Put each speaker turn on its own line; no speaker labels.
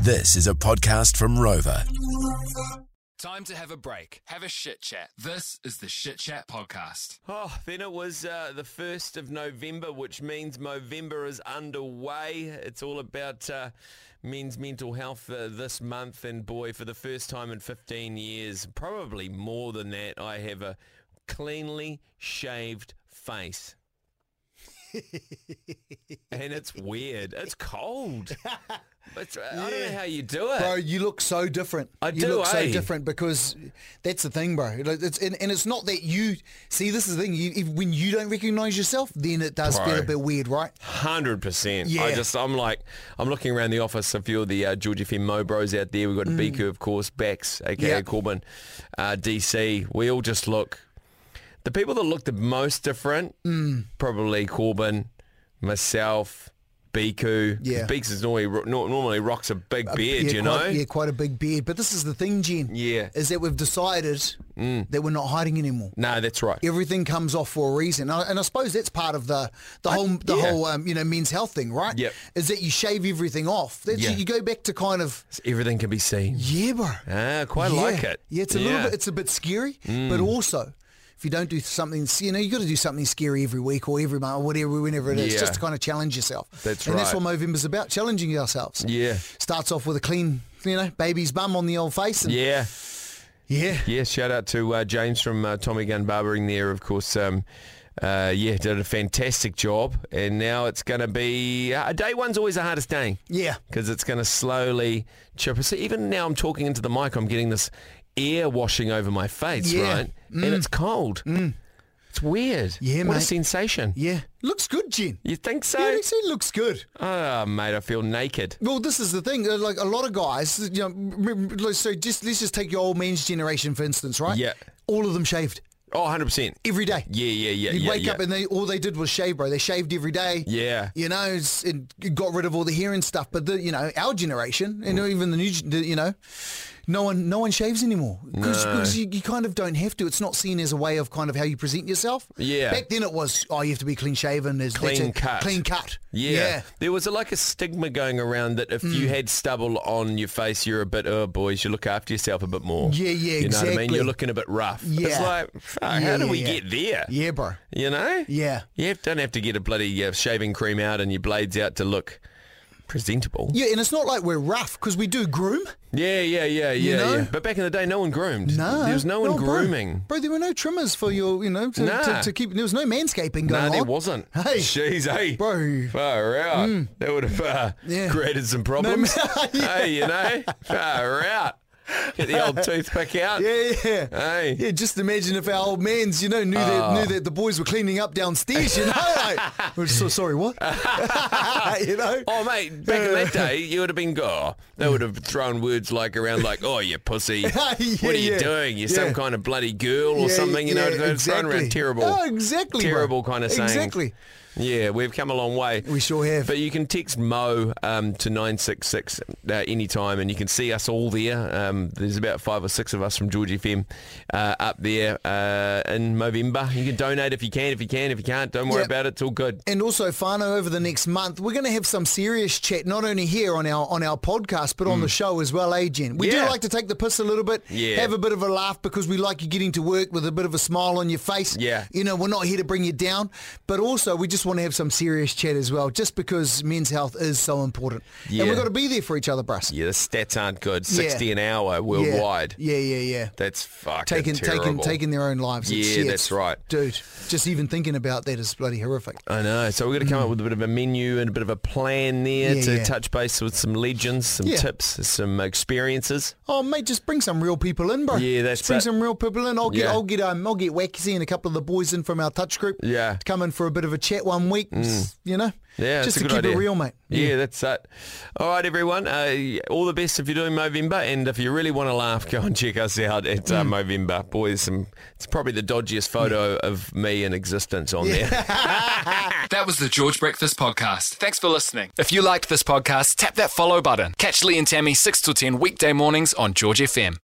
This is a podcast from Rover.
Time to have a break. Have a shit chat. This is the Shit Chat Podcast.
Oh, then it was uh, the 1st of November, which means Movember is underway. It's all about uh, men's mental health uh, this month. And boy, for the first time in 15 years, probably more than that, I have a cleanly shaved face. and it's weird. It's cold. It's- I don't know how you do it.
Bro, you look so different.
I
you
do,
look
eh?
so different because that's the thing, bro. It- It's and, and it's not that you see. This is the thing. You, if, when you don't recognise yourself, then it does
Bro.
feel a bit weird, right?
Hundred percent. I
Yeah.
just I'm like I'm looking around the office. A few of the uh, George FM Mobros out there. We've
Mm.
got Biku, of course, Bax, aka
Yeah.
Corbin, uh, DC. We all just look. The people that look the most different,
Mm.
probably Corbin, myself, Biku.
Yeah.
Beaks is normally nor- normally rocks a big beard,
yeah,
you
quite,
know.
Yeah, quite a big beard. But this is the thing, Jen.
Yeah. Mm.
is that we've decided that we're not hiding anymore.
No, that's right.
Everything comes off for a reason, and I, and I suppose that's part of the the whole the
yeah.
whole um, you know men's health thing, right?
Yep.
Is that you shave everything off? That's,
Yeah.
You go back to kind of
Everything can be seen.
yeah, bro.
Ah, quite like it. Mm.
Yeah, it's a little bit. It's a bit scary, but also if you don't do something, you know, you got to do something scary every week or every month or whatever, whenever it is,
Yeah.
just to kind of challenge yourself.
That's
and that's
right.
what Movember's about, challenging ourselves.
Yeah.
starts off with a clean, you know, baby's bum on the old face. And
yeah.
yeah.
Yeah, shout out to uh, James from uh, Tommy Gun Barbering there, of course. Um, uh, yeah, did a fantastic job, and now it's going to be uh, day one's always the hardest day.
Yeah.
because it's going to slowly chip. So even now, I'm talking into the mic. I'm getting this air washing over my face,
Yeah. Mm.
right? And it's cold. It's weird.
Yeah,
what a
mate.
sensation.
Yeah. looks good, Jen.
You think so?
Yeah, it actually looks good.
Oh, mate, I feel naked.
Well, this is the thing. uh, Like a lot of guys, you know, m- m- so just let's just take your old man's generation for instance, right?
Yeah.
All of them shaved
Oh, 100 percent.
every day.
Yeah, yeah, yeah.
You'd
yeah,
wake
yeah.
up and they all they did was shave, bro. They shaved every day.
Yeah.
You know, it's, it got rid of all the hair and stuff. But the, you know, our generation and even the new, gen- the, you know, no one no one shaves anymore because you, you kind of don't have to. It's not seen as a way of kind of how you present yourself.
Yeah.
Back then it was oh you have to be clean shaven. Is
Clean cut.
Clean cut.
Yeah. There was a, like a stigma going around that if
Mm.
you had stubble on your face, you're a bit, oh, boys, you look after yourself a bit more.
Yeah, yeah,
You know what I mean?
exactly.
You're looking a bit rough. It's
Yeah.
like, fuck,
Yeah,
how do
yeah,
we
yeah.
get there?
Yeah, bro.
You know?
Yeah.
You have- don't have to get a bloody uh, shaving cream out and your blades out to look presentable.
Yeah, and it's not like we're rough because we do groom.
Yeah, yeah, yeah, yeah,
know?
yeah. But back in the day, no one groomed.
No,
There was no one
bro.
grooming.
bro. There were no trimmers for your, you know, to,
Nah.
to, to keep. There was no manscaping going
No,
on.
there wasn't.
Hey.
Jeez, hey.
Bro.
Far out. That would have uh,
Mm. Yeah.
created some problems.
No, yeah.
Hey, you know. Far out. Get the old toothpick out.
Yeah, yeah.
Hey.
Yeah, just imagine if our old mans, you know, knew that
Ah.
knew that the boys were cleaning up downstairs, you know. Like, we're so sorry, what? you know?
Oh mate, back in that
Uh.
day, you would have been gore. They would have thrown words like around, like "oh, you pussy,"
Yeah,
"what are you
yeah.
doing? You're some
Yeah.
kind of bloody girl or
Yeah,
something." You know,
yeah,
they'd thrown around
exactly.
terrible,
Oh, exactly, bro.
terrible kind of saying.
Exactly.
Yeah, we've come a long way.
We sure have.
But you can text Mo um, to nine six six uh, anytime, and you can see us all there. Um, there's about five or six of us from George FM uh, up there uh, in Movember. You can donate if you can, if you can, if you can't, don't worry
Yeah.
about it. It's all good.
And also, Fano, over the next month, we're going to have some serious chat, not only here on our on our podcast, but on the show as well, eh, Jen? We
Mm. Yeah.
do like to take the piss a little bit,
Yeah.
have a bit of a laugh because we like you getting to work with a bit of a smile on your face.
Yeah.
You know, we're not here to bring you down, but also we just want to have some serious chat as well, just because men's health is so important.
Yeah.
And we've got to be there for each other, Bruce.
Yeah, the stats aren't good.
Yeah.
60 an hour worldwide.
Yeah, yeah, yeah.
That's fucking
Taking, taking,
terrible.
taking their own lives. It's-
Yeah, that's
it's-
right.
Dude, just even thinking about that is bloody horrific.
I know. So we're going to come up with a bit of a menu and a bit of a plan there
Mm. Yeah,
to
yeah.
touch base with some legends, some
Yeah.
tips, some experiences.
Oh mate, just bring some real people in, bro.
Yeah, that's
Just bring
it.
some real people in. I'll get,
Yeah.
I'll get, um, I'll get Waxy and a couple of the boys in from our touch group.
Yeah. Mm.
to come in for a bit of a chat one week. s- You know,
Yeah, it's
just to
a good
keep
idea.
it real, mate.
Yeah, that's it. All right, everyone. Uh, all the best if you're doing Movember, and if you really want to laugh, go and check us out at uh, Movember. Boy, there's some. It's probably the dodgiest photo of me in existence on there.
That was the George Breakfast Podcast. Ah. Thanks for listening. If you liked this podcast, tap that follow button. Catch Lee and Tammy 6 to 10 weekday mornings on George FM.